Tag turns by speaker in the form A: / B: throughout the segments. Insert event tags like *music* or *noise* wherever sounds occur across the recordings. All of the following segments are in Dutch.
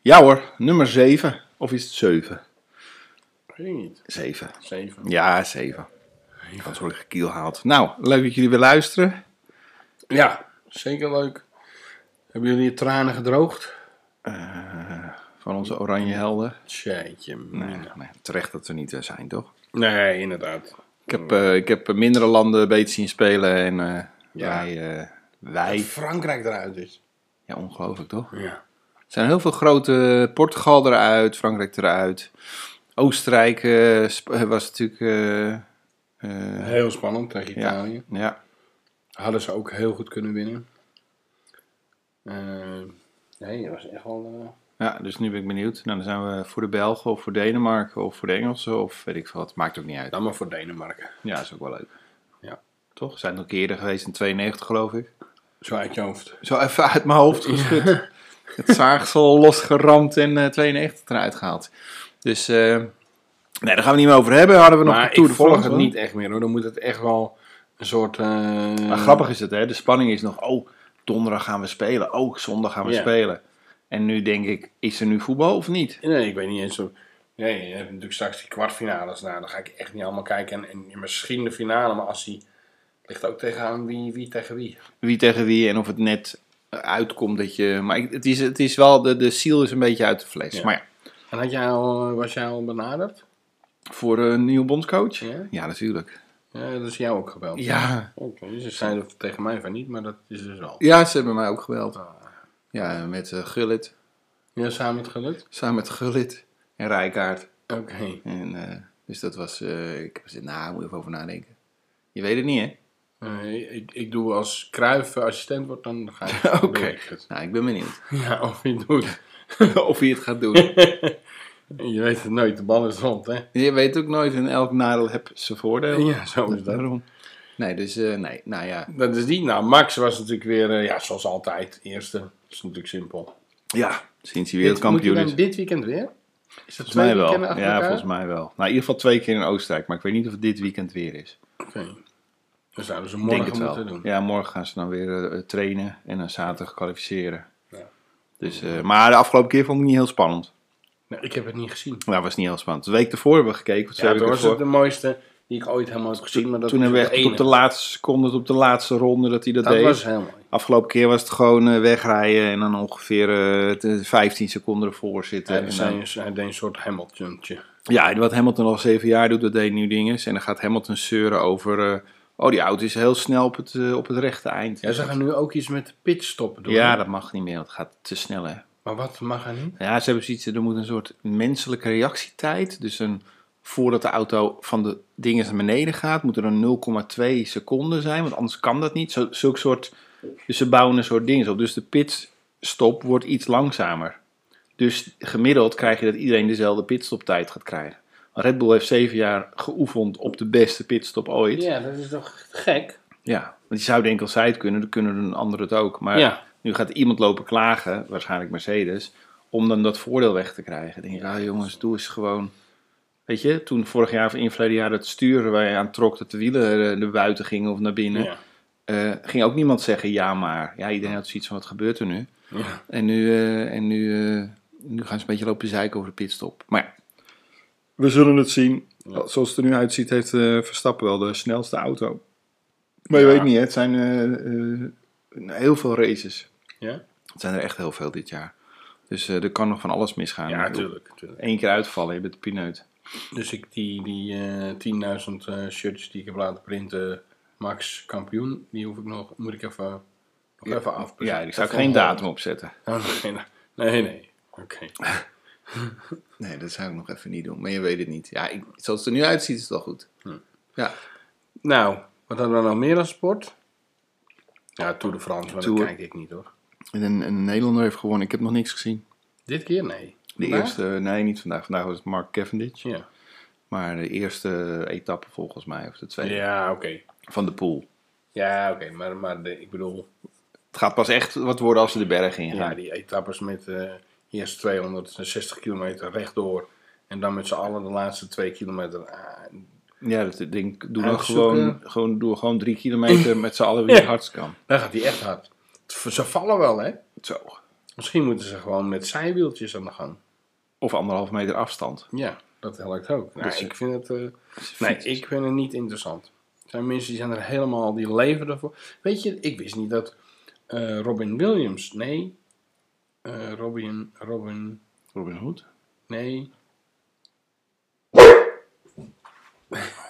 A: Ja hoor, nummer 7. Of is het 7?
B: Weet ik niet.
A: 7.
B: Zeven.
A: Ja, 7. Verantwoordelijke kiel haalt. Nou, leuk dat jullie weer luisteren.
B: Ja, zeker leuk. Hebben jullie je tranen gedroogd?
A: Eh, Van onze oranje helden.
B: Tjeitje.
A: Nee, nee, terecht dat we niet eh, zijn, toch?
B: Nee, inderdaad.
A: Ik heb, eh, ik heb mindere landen beter zien spelen. En eh,
B: Ja.
A: wij... eh, wij...
B: Frankrijk eruit
A: dus.
B: is.
A: Ja, ongelooflijk toch?
B: Ja.
A: Er zijn heel veel grote. eh, Portugal eruit, Frankrijk eruit. Oostenrijk eh, Sp- eh, was natuurlijk. eh, eh,
B: Heel spannend tegen
A: ja,
B: Italië.
A: ja.
B: Hadden ze ook heel goed kunnen winnen. Eh, nee, dat was echt wel... eh,
A: ja, dus nu ben ik benieuwd. Nou, dan zijn we voor de Belgen of voor Denemarken of voor de Engelsen of weet ik veel wat. Maakt ook niet uit.
B: dan maar voor Denemarken.
A: Ja, is ook wel leuk.
B: Ja.
A: Toch? Zijn het ook eerder geweest in 92, geloof ik.
B: Zo uit je hoofd.
A: Zo even uit mijn hoofd geschud. Het zaagsel losgeramd en eh 92 eruit gehaald. Dus. eh, nee, daar gaan we niet meer over hebben. Hadden we nog
B: maar
A: de Tour
B: ik
A: de
B: volg
A: France,
B: het
A: hoor.
B: niet echt meer hoor. Dan moet het echt wel een soort... eh,
A: Maar grappig is het, hè? De spanning is nog, oh, donderdag gaan we spelen. Oh, zondag gaan we
B: Ja.
A: spelen. En nu denk ik, is er nu voetbal of niet?
B: Nee, ik weet niet eens. Of... Nee, je hebt natuurlijk straks die kwartfinales. Nou, dan ga ik echt niet allemaal kijken. En, en misschien de finale, maar als die ligt ook tegenaan wie, wie tegen wie.
A: Wie tegen wie en of het net eh, uitkomt dat je... Maar ik- het is, het is wel, de, de ziel is een beetje uit de vlees.
B: Ja.
A: Maar ja,
B: En had jij al, eh, was jij al benaderd?
A: voor een nieuwe bondscoach?
B: Ja?
A: Ja, natuurlijk.
B: Ja, dat is jou ook gebeld.
A: Ja.
B: Oké, dus ze zeiden tegen mij van niet, maar dat is dus al.
A: ja, ze hebben mij ook gebeld.
B: Oh.
A: Ja, met eh, Gullit.
B: Ja, samen het gelukt?
A: Samen met Gullit en Rijkaard.
B: Oké.
A: En, eh, dus dat was... eh, ik heb gezegd, nou, moet je even over nadenken. Je weet het niet, hè?
B: Eh, ik, ik doe als Kruif assistent wordt, dan ga ik.
A: *laughs*
B: *laughs*
A: Oké.
B: doe ik het.
A: Nou, ik ben
B: *laughs*
A: benieuwd.
B: Ja, of je doet.
A: of hij het gaat doen.
B: *laughs* Je weet het nooit, de bal is rond, hè?
A: Je weet ook nooit, in elk nadeel heb zijn voordeel. Dus
B: Ja, zo is dat.
A: Daarom. Nee, dus eh, nee, nou ja.
B: Dat is die. Nou, Max was natuurlijk weer, eh, ja, zoals altijd, eerste. Dat is natuurlijk simpel.
A: Ja, sinds hij
B: Dit, moet hij
A: wereldkampioen is.
B: dan dit weekend weer? Is dat
A: Volgens mij
B: twee
A: wel.
B: weekenden
A: Ja,
B: achter elkaar?
A: volgens mij wel. Nou, in ieder geval twee keer in Oostenrijk, maar ik weet niet of het dit weekend weer is.
B: Oké. Dan zouden ze
A: Ik
B: morgen
A: denk het wel.
B: moeten doen.
A: Ja, morgen gaan ze dan weer eh, trainen en dan zaterdag kwalificeren.
B: Ja.
A: Dus, eh, maar de afgelopen keer vond ik het niet heel spannend.
B: Nou, ik heb het niet gezien.
A: Nou, was niet heel spannend. De week ervoor hebben we gekeken. of twee
B: Ja,
A: weken
B: toen was het
A: ervoor.
B: de mooiste die ik ooit helemaal heb gezien. Maar dat
A: Toen
B: was
A: hebben we
B: de
A: echt tot de
B: ene.
A: laatste seconde, tot op de laatste ronde dat hij dat,
B: Dat
A: deed.
B: was heel mooi.
A: Afgelopen keer was het gewoon eh, wegrijden en dan ongeveer eh, de 15 seconden ervoor zitten.
B: Hij,
A: En
B: zei-
A: dan-
B: hij deed een soort Hamilton-tje.
A: ja, en wat Hamilton al zeven jaar doet, dat deed nieuw dingen. En dan gaat Hamilton zeuren over, eh, oh die auto is heel snel op het, eh, op het rechte eind.
B: Ja, ze gaan nu ook iets met de pitstop doen.
A: Ja,
B: hè?
A: dat mag niet meer, want het gaat te snel hè.
B: Maar wat mag er niet?
A: Ja, ze hebben zoiets, er moet een soort menselijke reactietijd. Dus een, voordat de auto van de dingen naar beneden gaat, moet er een 0,2 seconden zijn. Want anders kan dat niet. Zo, zulk soort, dus ze bouwen een soort dingen op. Dus de pitstop wordt iets langzamer. Dus gemiddeld krijg je dat iedereen dezelfde pitstoptijd gaat krijgen. Red Bull heeft zeven jaar geoefend op de beste pitstop ooit.
B: Ja, dat is toch gek?
A: Ja, want je zou denken als zij het kunnen, dan kunnen een ander het ook. Maar
B: Ja.
A: nu gaat iemand lopen klagen, waarschijnlijk Mercedes, om dan dat voordeel weg te krijgen. Dan denk ik, ah jongens, doe eens gewoon. Weet je, toen vorig jaar of in het verleden jaar het stuur waar je aan trok dat de wielen eh, naar buiten gingen of naar binnen,
B: Ja.
A: eh, ging ook niemand zeggen ja maar. Ja, iedereen had zoiets van wat gebeurt er nu?
B: Ja.
A: En nu, eh, en nu, eh, nu gaan ze een beetje lopen zeiken over de pitstop. Maar ja. We zullen het zien. Zoals het er nu uitziet, heeft eh, Verstappen wel de snelste auto. Maar je
B: Ja.
A: weet niet, hè, het zijn eh, eh, heel veel races.
B: Ja,
A: Het zijn er echt heel veel dit jaar. Dus eh, er kan nog van alles misgaan.
B: ja tuurlijk, tuurlijk.
A: Eén keer uitvallen, je bent pineut.
B: Dus ik die, die eh 10.000 eh, shirts die ik heb laten printen, Max kampioen, die hoef ik nog, moet ik even, nog even afpresen.
A: Ja, ik zou geen datum opzetten.
B: Oh, nee, nee, nee. Oké.
A: Nee, dat zou ik nog even niet doen. Maar je weet het niet. Ja, ik, zoals het er nu uitziet, is het wel goed. Ja,
B: Nou, wat hadden we nog meer aan sport? Ja, Tour de France, maar
A: Tour.
B: dat kijk ik niet hoor.
A: en een, een Nederlander heeft gewonnen. Ik heb nog niks gezien.
B: Dit keer nee.
A: De
B: Vandaag?
A: eerste, nee, niet vandaag. Vandaag was het Mark Cavendish.
B: Ja,
A: Maar de eerste etappe volgens mij, of de tweede,
B: ja oké.
A: van de pool.
B: Ja, oké, maar, maar de, ik bedoel,
A: Het gaat pas echt wat worden als ze de berg in
B: ja,
A: gaan.
B: die etappes met eh eerst 260 kilometer rechtdoor en dan met z'n allen de laatste twee kilometer. ah,
A: Ja, dat denk, doe dan
B: Uitzoeken.
A: gewoon, gewoon, doe gewoon drie
B: *laughs*
A: kilometer met z'n allen wie het
B: Ja.
A: hardst kan.
B: Dan gaat hij echt hard. Ze vallen wel, hè?
A: Zo.
B: Misschien moeten ze gewoon met zijwieltjes aan de gang.
A: Of anderhalve meter afstand.
B: Ja, dat helpt ook. Nou,
A: Dus-
B: ik vind het... eh, nee,
A: Fiets.
B: ik vind het niet interessant. Er zijn mensen die zijn er helemaal... Die leven ervoor. Weet je, ik wist niet dat eh, Robin Williams... Nee. eh, Robin... Robin...
A: Robin Hood.
B: Nee.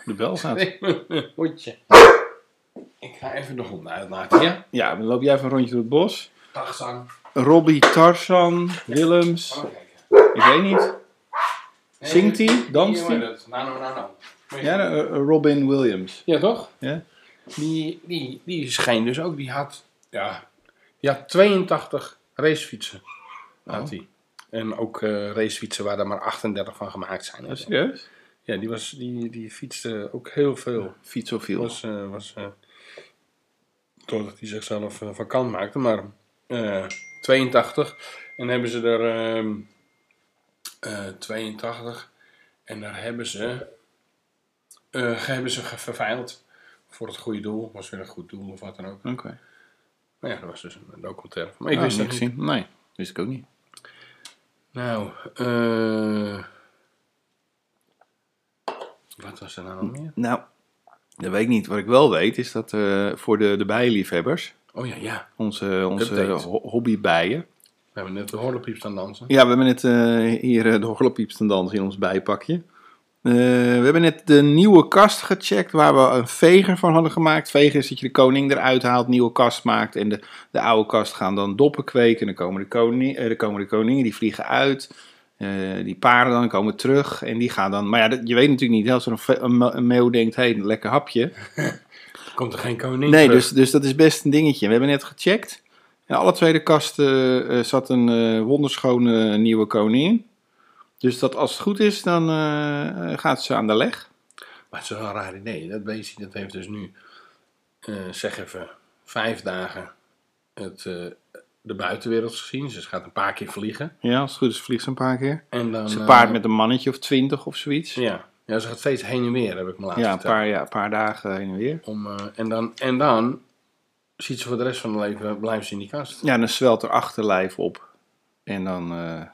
A: De bel gaat.
B: Nee, mijn *laughs* hondje. Ik ga even de hond uitlaten, ja?
A: Ja, dan loop jij even een rondje door het bos.
B: Tarzan.
A: Robbie, Tarzan, Willems.
B: Oh, kijk.
A: Ik weet niet.
B: Nee,
A: Zingt hij?
B: hier
A: Danst
B: hoor je
A: hij?
B: dat. Nou, nou, nou, nou.
A: Ja, eh, eh, Robin Williams.
B: Ja, toch?
A: Ja.
B: Die, die, die scheen dus ook, die had, ja, die had 82 racefietsen. Had die. En ook eh, racefietsen waar er maar 38 van gemaakt zijn.
A: Oh, serieus?
B: Ja, die, was, die, die fietste ook heel veel.
A: Fietsofiel.
B: Was, eh was, eh, doordat hij zichzelf eh, van kant maakte, maar eh, 82. En hebben ze er ehm, eh, 82. En daar hebben ze, eh hebben ze ge- verveild voor het goede doel. Was weer een goed doel of wat dan ook.
A: Oké.
B: Nou ja, dat was dus een documentaire. van. Maar ik
A: Ah,
B: wist
A: niet
B: dat niet.
A: gezien. Nee, wist ik ook niet.
B: Nou, eh, wat was er nou nog meer?
A: Nou, dat weet ik niet. Wat ik wel weet is dat eh, voor de, de bijenliefhebbers,
B: Oh ja, ja.
A: onze, onze
B: Update.
A: ho- hobbybijen.
B: We hebben net de horlepieps staan dansen.
A: Ja, we hebben net eh, hier eh, de horlepieps ten dans in ons bijpakje. Eh, we hebben net de nieuwe kast gecheckt waar we een veger van hadden gemaakt. Veger is dat je de koning eruit haalt, nieuwe kast maakt. En de, de oude kast gaan dan doppen kweken. En dan komen de, koning, eh, dan komen de koningen, die vliegen uit. Eh, die paren dan komen terug. En die gaan dan. Maar ja, dat- je weet natuurlijk niet. hè, Als er een, ve- een, me- een meeuw denkt: hé, hey, een lekker hapje.
B: Komt er geen koning
A: Nee,
B: terug.
A: dus, dus dat is best een dingetje. We hebben net gecheckt. In alle twee de kasten eh, zat een eh, wonderschone nieuwe koningin. Dus dat als het goed is, dan eh, gaat ze aan de leg.
B: Maar het is wel een raar idee. Dat beestje dat heeft dus nu, eh, zeg even, vijf dagen het, eh, de buitenwereld gezien. Dus het gaat een paar keer vliegen.
A: Ja, als het goed is vliegt ze een paar keer.
B: En dan,
A: Ze
B: eh,
A: paard met een mannetje of twintig of zoiets. Ja,
B: Ja. ja, ze gaat steeds heen en weer, heb ik me laten
A: een,
B: vertellen.
A: paar, ja een paar dagen heen en weer.
B: Om, eh, en, dan, en dan ziet ze voor de rest van haar leven, blijft ze in die kast.
A: Ja, en dan zwelt haar achterlijf op. En dan... eh,
B: Ja.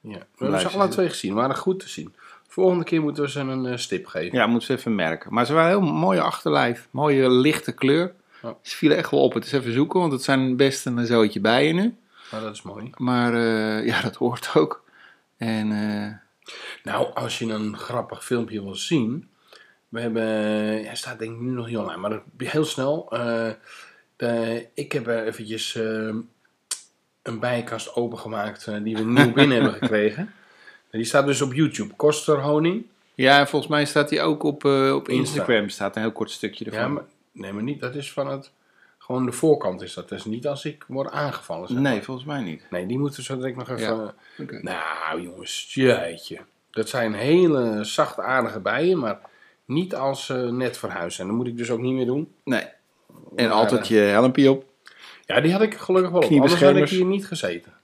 B: We hebben
A: Blijft
B: ze
A: ze
B: alle
A: zitten.
B: twee gezien, waren goed te zien. Volgende keer moeten we ze een eh, stip geven.
A: Ja, moeten ze even merken. Maar ze waren een heel mooie achterlijf. Mooie lichte kleur.
B: Ja.
A: Ze vielen echt wel op. Het is even zoeken, want het zijn best een zootje bijen nu.
B: Maar dat is mooi.
A: Maar eh, *laughs* ja, dat hoort ook. En eh,
B: Nou, als je een grappig filmpje wil zien. We hebben. Hij staat denk ik nu nog niet online, maar dat- heel snel. eh, de- ik heb eh, eventjes eh, een bijenkast opengemaakt eh, die we nieuw binnen hebben gekregen. Die staat dus op YouTube. Koster honing.
A: ja, en volgens mij staat hij ook op, eh, op
B: Insta.
A: Instagram. Staat een heel kort stukje ervan.
B: Ja, maar, nee, maar niet. Dat is van het. Gewoon de voorkant is dat. Dat is niet als ik word aangevallen. zeg.
A: Nee, volgens mij niet.
B: Nee, die moeten we zo direct nog even.
A: Oké.
B: Nou, jongens, jeetje. Dat zijn hele zacht aardige bijen, maar niet als ze net verhuizen. En dat moet ik dus ook niet meer doen.
A: Nee. En altijd je helmpje op.
B: Ja, die had ik gelukkig wel op. Anders had ik
A: Kniebeschermers.
B: hier niet gezeten.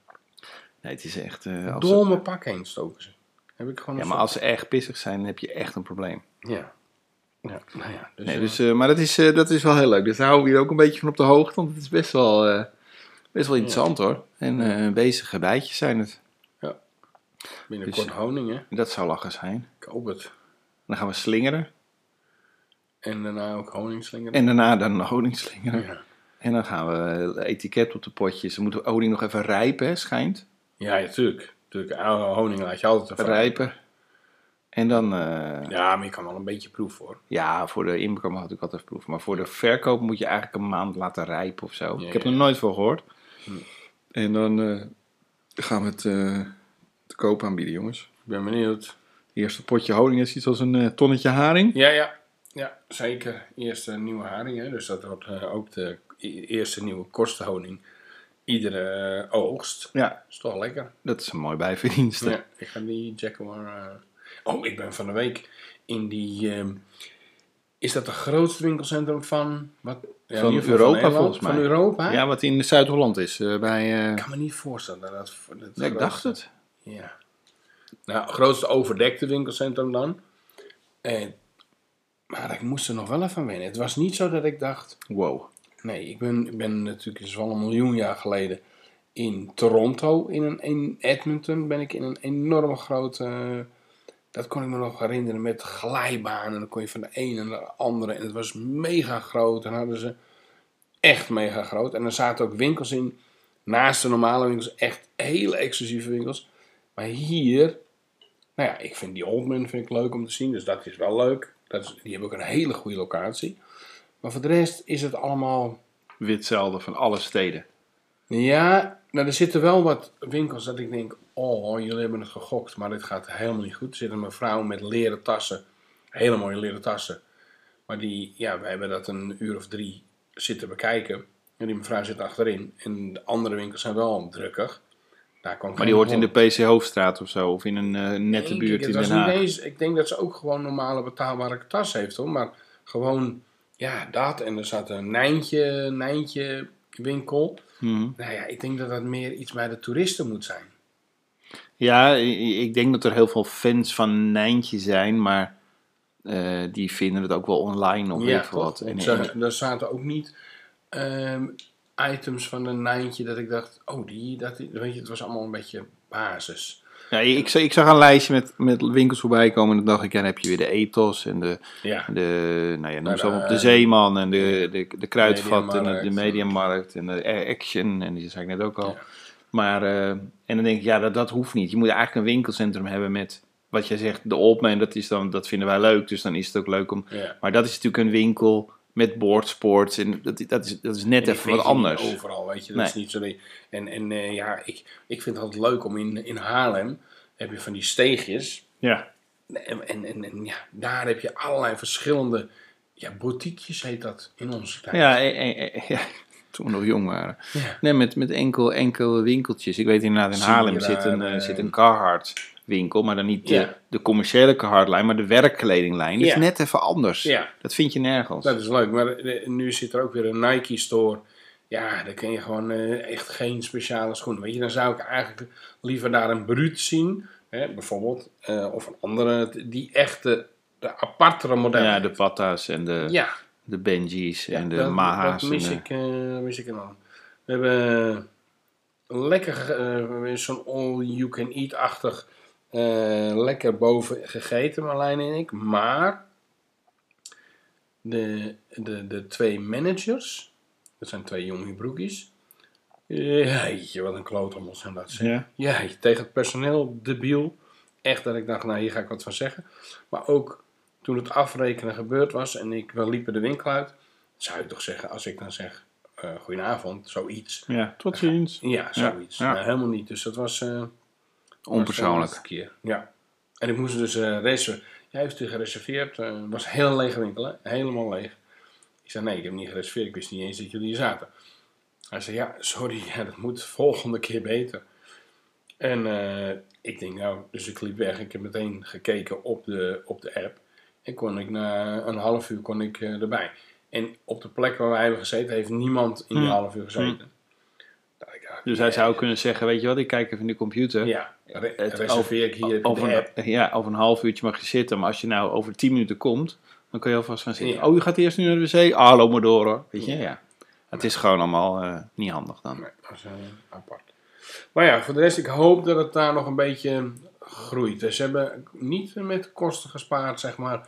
A: Nee, het is echt... eh, als ze-
B: Door mijn pak heen stoken ze. Heb ik gewoon
A: ja,
B: een
A: maar
B: soort-
A: als ze erg pissig zijn, dan heb je echt een probleem.
B: Ja. Ja, nou ja. Dus,
A: Nee,
B: eh,
A: dus, eh, maar dat is, eh, dat is wel heel leuk. Dus daar houden we hier ook een beetje van op de hoogte. Want het is best wel, eh, best wel interessant hoor. En eh bezige bijtjes zijn het.
B: binnenkort
A: dus-
B: honing, hè.
A: Dat zou lachen zijn.
B: Ik hoop het.
A: Dan gaan we slingeren.
B: En daarna ook honing slingeren.
A: En daarna dan honing slingeren.
B: Ja.
A: En dan gaan we eh, etiket op de potjes. Dan moet de olie nog even rijpen, hè, schijnt.
B: Ja, ja, tuurlijk. tuurlijk. Oude honing laat je altijd ervan.
A: Rijpen. En dan, eh,
B: Ja, maar je kan wel een beetje proeven, hoor.
A: ja, voor de inkomen had ik altijd proef. Maar voor de verkoop moet je eigenlijk een maand laten rijpen of zo.
B: Ja,
A: ik heb
B: ja. Hm.
A: er nooit van gehoord. En dan eh, gaan we het eh, te koop aanbieden, jongens.
B: Ik ben benieuwd.
A: Eerste potje honing is iets als een eh, tonnetje haring.
B: Ja, ja. Ja, zeker. Eerst een nieuwe haring, hè. Dus dat wordt eh, ook de e- eerste nieuwe korsthoning. Iedere eh, oogst.
A: Ja,
B: Is toch wel lekker.
A: dat is een mooi bijverdienste.
B: Ja, ik ga die Jaguar. eh, Oh, ik ben van de week in die. ehm, Is dat de grootste winkelcentrum van. Wat? Ja, in
A: Van
B: ieder geval
A: Europa,
B: Nederland,
A: volgens mij.
B: Van Europa?
A: Ja, wat in Zuid-Holland is. eh, bij, eh,
B: Ik kan me niet voorstellen dat dat. dat
A: ja, ik dacht het.
B: Ja. Nou, grootste overdekte winkelcentrum dan. En, maar ik moest er nog wel even aan wennen. Het was niet zo dat ik dacht.
A: Wow.
B: Nee, ik ben, ik ben natuurlijk, het is wel een miljoen jaar geleden, in Toronto, in, een, in Edmonton, ben ik in een enorme grote... eh, dat kon ik me nog herinneren met glijbanen. Dan kon je van de ene naar de andere. En het was mega groot. En hadden ze echt mega groot. En er zaten ook winkels in. Naast de normale winkels. Echt hele exclusieve winkels. Maar hier... Nou ja, ik vind die Oldman vind ik leuk om te zien. Dus dat is wel leuk. Dat is, die hebben ook een hele goede locatie. Maar voor de rest is het allemaal...
A: Wit zelden van alle steden.
B: Ja, nou, er zitten wel wat winkels dat ik denk, oh, jullie hebben het gegokt, maar dit gaat helemaal niet goed. Er zit een mevrouw met leren tassen, hele mooie leren tassen. Maar die, ja, we hebben dat een uur of drie zitten bekijken. En die mevrouw zit achterin. En de andere winkels zijn wel drukkig. Daar kwam
A: Maar die hoort in de PC Hoofdstraat of zo. Of in een eh, nette
B: Eén
A: buurt
B: keer,
A: in
B: het was
A: Den
B: niet
A: Haag.
B: eens- ik denk dat ze ook gewoon normale betaalbare tas heeft hoor. Maar gewoon, ja, dat. En er zat een Nijntje, Nijntje winkel.
A: Mhm.
B: Nou ja, ik denk dat dat meer iets bij de toeristen moet zijn.
A: Ja, i- i- ik denk dat er heel veel fans van Nijntje zijn, maar eh, die vinden het ook wel online of weet ik veel
B: toch?
A: wat. En,
B: Want
A: en-
B: ze- daar zaten ook niet ehm, items van een Nijntje dat ik dacht, oh die, dat, die- weet je, het was allemaal een beetje basis.
A: ja, ik, zag- ik zag een lijstje met, met winkels voorbij komen en dan dacht ik, ja, dan heb je weer de Ethos en de,
B: Ja,
A: de, nou ja, noem
B: Maar
A: ze
B: de,
A: allemaal op, de
B: eh,
A: Zeeman en de, de, de Kruidvat en de, de
B: Mediamarkt.
A: Mediamarkt en de A- Action en die zei ik net ook al.
B: Ja.
A: Maar, eh, en dan denk ik, ja, dat, dat hoeft niet. Je moet eigenlijk een winkelcentrum hebben met, wat jij zegt, de Oldman, dat, is dan, dat vinden wij leuk, dus dan is het ook leuk om
B: ja.
A: Maar dat is natuurlijk een winkel met boardsports. En dat, dat, is, dat is net even
B: En die
A: wat
B: vind je niet
A: anders.
B: Overal, weet je, dat is
A: Nee.
B: niet zo. die- En, en eh, ja, ik, ik vind het altijd leuk om in, in Haarlem, heb je van die steegjes.
A: Ja.
B: En, en, en, en ja, daar heb je allerlei verschillende, ja, boutiquejes heet dat in onze tijd.
A: Ja, eh, eh, eh, *laughs* ja, toen we nog jong waren.
B: Ja.
A: Nee, met, met enkel, enkele winkeltjes. Ik weet inderdaad, in
B: Zie je
A: Haarlem
B: daar,
A: zit een, eh,
B: eh,
A: zit een Carhartt winkel. Maar dan niet de,
B: Ja.
A: de commerciële Carhartt-lijn, maar de werkkledinglijn. Dat
B: Ja.
A: is net even anders.
B: Ja.
A: Dat vind je nergens.
B: Dat is leuk, maar eh, nu zit er ook weer een Nike store. Ja, daar kun je gewoon eh, echt geen speciale schoenen. Weet je, dan zou ik eigenlijk liever daar een bruut zien, hè, bijvoorbeeld, eh, of een andere, t- die echte, de apartere modellen.
A: ja, de Patta's en de,
B: ja,
A: de Benji's en de
B: dat-
A: Maha's.
B: Dat
A: en
B: mis
A: de-
B: ik, eh, mis ik enorm. We hebben een lekker, eh, weer zo'n all-you-can-eat-achtig, eh, lekker boven gegeten, Marlijn en ik. Maar de, de, de twee managers, dat zijn twee jonge broekies. Jeetje, wat een klotommel zijn dat ze.
A: Ja.
B: Ja, tegen het personeel, debiel. Echt dat ik dacht, nou hier ga ik wat van zeggen. Maar ook toen het afrekenen gebeurd was en ik, we liepen de winkel uit, zou je toch zeggen, als ik dan zeg, eh, goedenavond, zoiets.
A: ja, tot ziens.
B: Ja, zoiets.
A: ja.
B: Nou, helemaal niet. Dus dat was... eh,
A: Onpersoonlijk.
B: Keer. Ja. En ik moest dus eh reserveren. Jij heeft u gereserveerd. eh, Het was een heel lege winkel, hè? helemaal leeg. Ik zei: Nee, ik heb niet gereserveerd. Ik wist niet eens dat jullie hier zaten. Hij zei: Ja, sorry, ja, dat moet volgende keer beter. En eh, ik denk: Nou, dus ik liep weg. Ik heb meteen gekeken op de, op de app. En kon ik na een half uur kon ik, eh, erbij. En op de plek waar wij hebben gezeten, heeft niemand in die
A: Hmm.
B: half uur gezeten. Nou, ik dacht,
A: Dus hij
B: nee.
A: zou kunnen zeggen, weet je wat, ik kijk even in de computer.
B: Ja, re-
A: Het
B: reserveer ik hier op
A: over,
B: de app.
A: een, ja, over een half uurtje mag je zitten. Maar als je nou over tien minuten komt, dan kun je alvast gaan zitten.
B: Ja.
A: Oh, je gaat eerst nu naar de wc? Ah, loop maar door hoor. Weet je, ja. Het is gewoon allemaal eh, niet handig dan.
B: Nee, dat is eh, apart. Maar ja, voor de rest, ik hoop dat het daar nog een beetje groeit. Dus Ze hebben niet met kosten gespaard, zeg maar,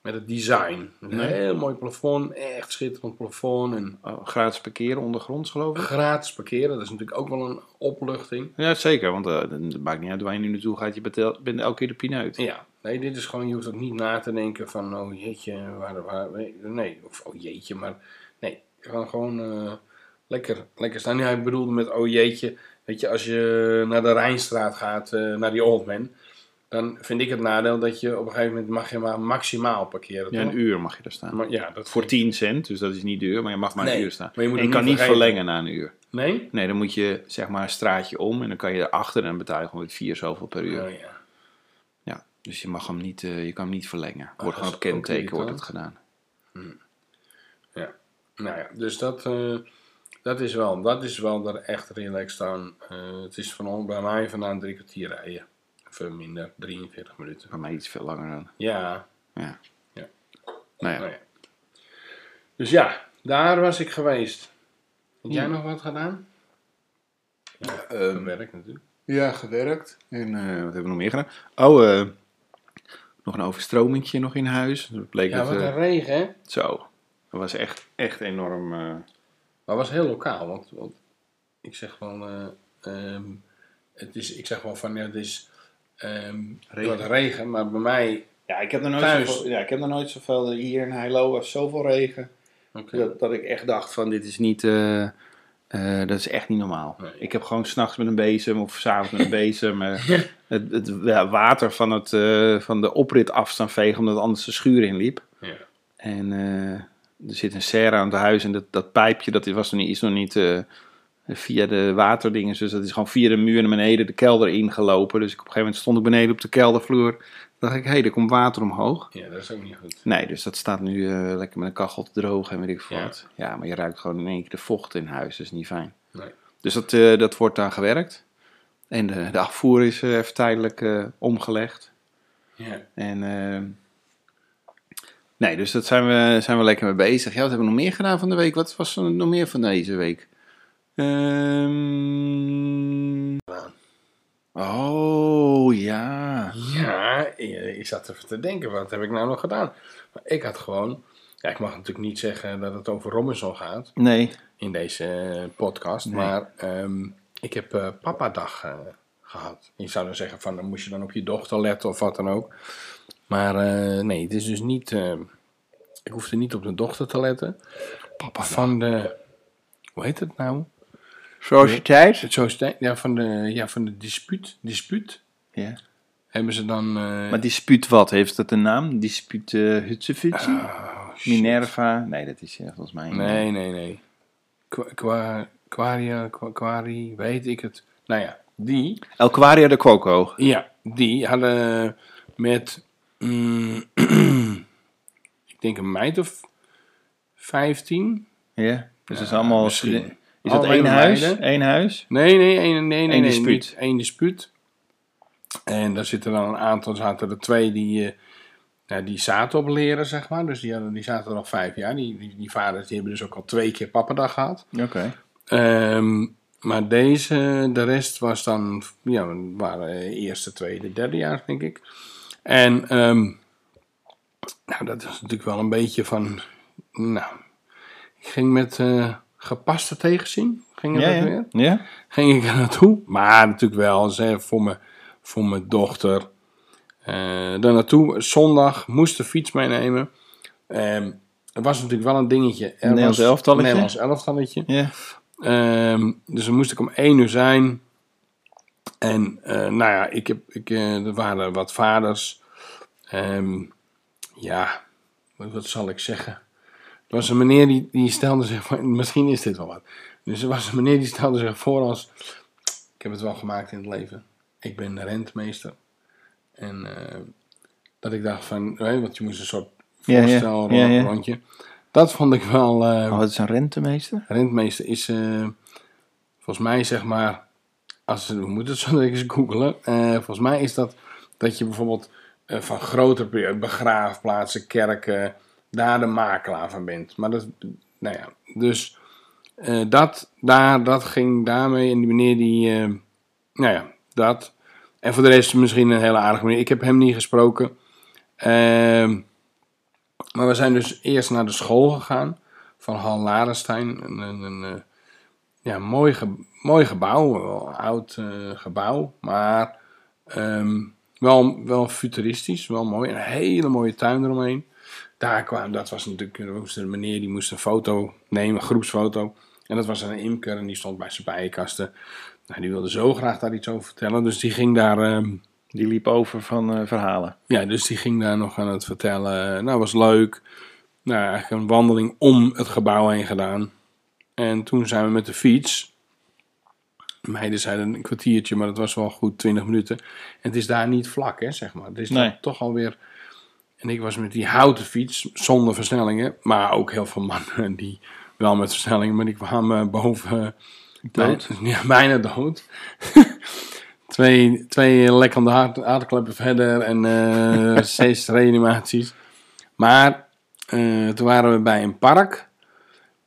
B: met het design. Een
A: Nee.
B: heel mooi plafond, echt schitterend plafond. En
A: Oh, gratis parkeren ondergronds, geloof ik.
B: gratis parkeren, dat is natuurlijk ook wel een opluchting.
A: Ja, zeker. Want eh, het maakt niet uit waar je nu naartoe gaat. Je betaalt- bent elke keer de pineut.
B: Ja, nee, dit is gewoon, je hoeft ook niet na te denken van, oh jeetje, waar, waar, nee, of oh jeetje, maar nee, gewoon, gewoon eh, lekker, lekker staan. Ja, ik bedoelde met, oh jeetje, weet je, als je naar de Rijnstraat gaat, eh, naar die Old Man, dan vind ik het nadeel dat je op een gegeven moment mag je maar maximaal parkeren.
A: Ja,
B: toch?
A: een uur mag je daar staan.
B: Maar, ja dat
A: Voor 10 cent, dus dat is niet duur. Maar je mag maar
B: Nee,
A: een uur staan.
B: maar je moet
A: en je
B: het
A: kan
B: niet
A: niet
B: vergeten.
A: verlengen na een uur.
B: Nee?
A: Nee, dan moet je zeg maar een straatje om. En dan kan je erachter en dan betaal je gewoon met vier zoveel per uur.
B: Oh, ja.
A: Ja, dus je mag hem niet, eh, je kan hem niet verlengen.
B: dat
A: Wordt gewoon
B: is
A: op
B: ook
A: kenteken
B: irritant.
A: wordt het gedaan.
B: Nou ja, dus dat, eh, dat is wel, dat is wel er echt relaxed aan. Eh, het is van, on- bij mij vandaan drie kwartier rijden. Of minder, 43 minuten.
A: Voor mij iets veel langer dan.
B: Ja,
A: Ja.
B: Ja.
A: Nou ja.
B: nou ja. Dus ja, daar was ik geweest. Heb jij
A: Ja.
B: nog wat gedaan?
A: Ehm,
B: werkt natuurlijk.
A: ja, gewerkt. En eh, wat hebben we nog meer gedaan? Oh, eh, nog een overstromingje nog in huis. Dat bleek
B: Ja,
A: dat,
B: wat
A: eh,
B: een regen, hè?
A: Zo. Dat was echt, echt enorm. eh,
B: Maar het was heel lokaal, want, want ik zeg wel, eh, ehm, het is, ik zeg wel van, ja, het is ehm
A: Regen.
B: regen. regen, maar bij mij,
A: Ja, ik heb nog
B: Thuis.
A: nooit zoveel, ja, ik heb nog nooit zoveel hier in Heilo was zoveel regen
B: Oké.
A: dat, dat ik echt dacht van dit is niet eh, eh, dat is echt niet normaal.
B: Nee.
A: Ik heb gewoon s'nachts met een bezem of s'avonds met een bezem eh, het, het ja, water van, het, eh, van de oprit af staan vegen omdat anders de schuur inliep.
B: ja.
A: En eh, er zit een serre aan het huis en dat, dat pijpje dat was nog niet, is nog niet eh, via de waterdingen. Dus dat is gewoon via de muur naar beneden de kelder ingelopen. Dus ik, op een gegeven moment stond ik beneden op de keldervloer. Toen dacht ik, hé, hey, er komt water omhoog.
B: ja, dat is ook niet goed.
A: Nee, dus dat staat nu eh, lekker met een kachel te drogen en weet ik veel
B: Ja.
A: wat. Ja, maar je ruikt gewoon in één keer de vocht in huis. Dat is niet fijn.
B: Nee.
A: Dus dat, eh, dat wordt daar gewerkt. En de, de afvoer is eh, even tijdelijk eh, omgelegd.
B: Ja.
A: En ehm, nee, dus dat zijn we, zijn we lekker mee bezig. Ja, wat hebben we nog meer gedaan van de week? Wat was er nog meer van deze week? Ehm, oh ja.
B: Ja, eh, ik zat even te denken, wat heb ik nou nog gedaan? Maar ik had gewoon, ja, ik mag natuurlijk niet zeggen dat het over Robinson gaat
A: Nee.
B: in deze eh, podcast,
A: Nee.
B: maar ehm, ik heb eh papa dag gehad. Je zou dan zeggen van, dan moest je dan op je dochter letten of wat dan ook. Maar eh, nee, het is dus niet, eh, ik hoefde niet op de dochter te letten. Papa van de, hoe heet het nou?
A: Sociëteit?
B: Het sociëteit, ja, van de, ja, van de dispuut, dispuut.
A: Ja.
B: Hebben ze dan... eh,
A: Maar dispuut wat? Heeft dat een naam? Dispuut eh Hutsefutsi?
B: oh, shit.
A: Minerva? Nee, dat is eh, volgens mij... een-
B: Nee, nee, nee. Qua, qua, Quaria, qua, Quari, weet ik het. Nou ja, die.
A: Elquaria de Quoco.
B: Ja, die hadden met. mm, *clears throat* ik denk een meid of 15.
A: Ja? Dus dat is allemaal...
B: misschien.
A: Is dat
B: Allemaal
A: één huis?
B: meiden.
A: Eén huis?
B: Nee, nee, nee, nee, nee.
A: Eén
B: nee,
A: dispuut.
B: niet één dispuut. En daar zitten dan een aantal, zaten er twee die, eh, nou, die zaten op leren, zeg maar. Dus die, hadden, die zaten er al vijf jaar. Die, die, die vaders die hebben dus ook al twee keer pappendag gehad.
A: Oké.
B: Ehm, maar deze, de rest was dan, ja, waren eerste, tweede, derde jaar, denk ik. En, ehm, nou, dat is natuurlijk wel een beetje van, nou, ik ging met eh, gepaste tegenzin, ging
A: Ja,
B: het
A: ja.
B: weer,
A: Ja?
B: ging ik er naartoe. Maar natuurlijk wel, zeg, voor mijn, voor mijn dochter, eh daar naartoe. Zondag moest de fiets meenemen. Ehm het was natuurlijk wel een dingetje. Er
A: Nederlands
B: was-
A: elftalletje.
B: Nederlands elftalletje.
A: Ja.
B: Ehm, dus dan moest ik om 1 uur zijn. En eh, nou ja, ik heb, ik, eh, er waren wat vaders. Ehm, ja, wat, wat zal ik zeggen? Er was een meneer die, die stelde zich voor, *laughs* misschien is dit wel wat. Dus er was een meneer die stelde zich voor als, ik heb het wel gemaakt in het leven. Ik ben rentmeester. En eh, dat ik dacht van, hé, want je moest een soort
A: Ja, ja.
B: voorstel,
A: Ja, ja.
B: rondje. Dat vond ik wel... eh,
A: Oh, het is een rentemeester?
B: Rentmeester is eh, volgens mij zeg maar, als, we moeten het zo *laughs* eens googelen. Eh, volgens mij is dat dat je bijvoorbeeld eh, van grote be- begraafplaatsen, kerken, daar de makelaar van bent. Maar dat, nou ja, dus eh, dat, daar, dat ging daarmee. En die meneer die, eh, nou ja, dat. En voor de rest misschien een hele aardige meneer. Ik heb hem niet gesproken. Ehm, maar we zijn dus eerst naar de school gegaan van Hal Larenstein. Een, een, een, eh, ja, mooi, ge- mooi gebouw, wel een oud eh, gebouw, maar ehm, wel, wel futuristisch, wel mooi. Een hele mooie tuin eromheen. Daar kwam, dat was natuurlijk, er moest een meneer die moest een foto nemen, een groepsfoto. En dat was een imker en die stond bij zijn bijenkasten. Nou, die wilde zo graag daar iets over vertellen, dus die ging daar... ehm,
A: Die liep over van eh, verhalen.
B: ja, dus die ging daar nog aan het vertellen. Nou, was leuk. Nou, eigenlijk een wandeling om het gebouw heen gedaan. En toen zijn we met de fiets. De Meiden zeiden een kwartiertje, maar dat was wel goed, 20 minuten. En het is daar niet vlak, hè, zeg maar. Het is
A: Nee.
B: dan toch alweer... En ik was met die houten fiets, zonder versnellingen. Maar ook heel veel mannen die wel met versnellingen, maar die kwamen eh, boven... eh,
A: Dood.
B: bij- *laughs* ja, bijna dood. *laughs* twee, twee lekkende hart, hartkleppen verder en eh, zes reanimaties. Maar eh, toen waren we bij een park.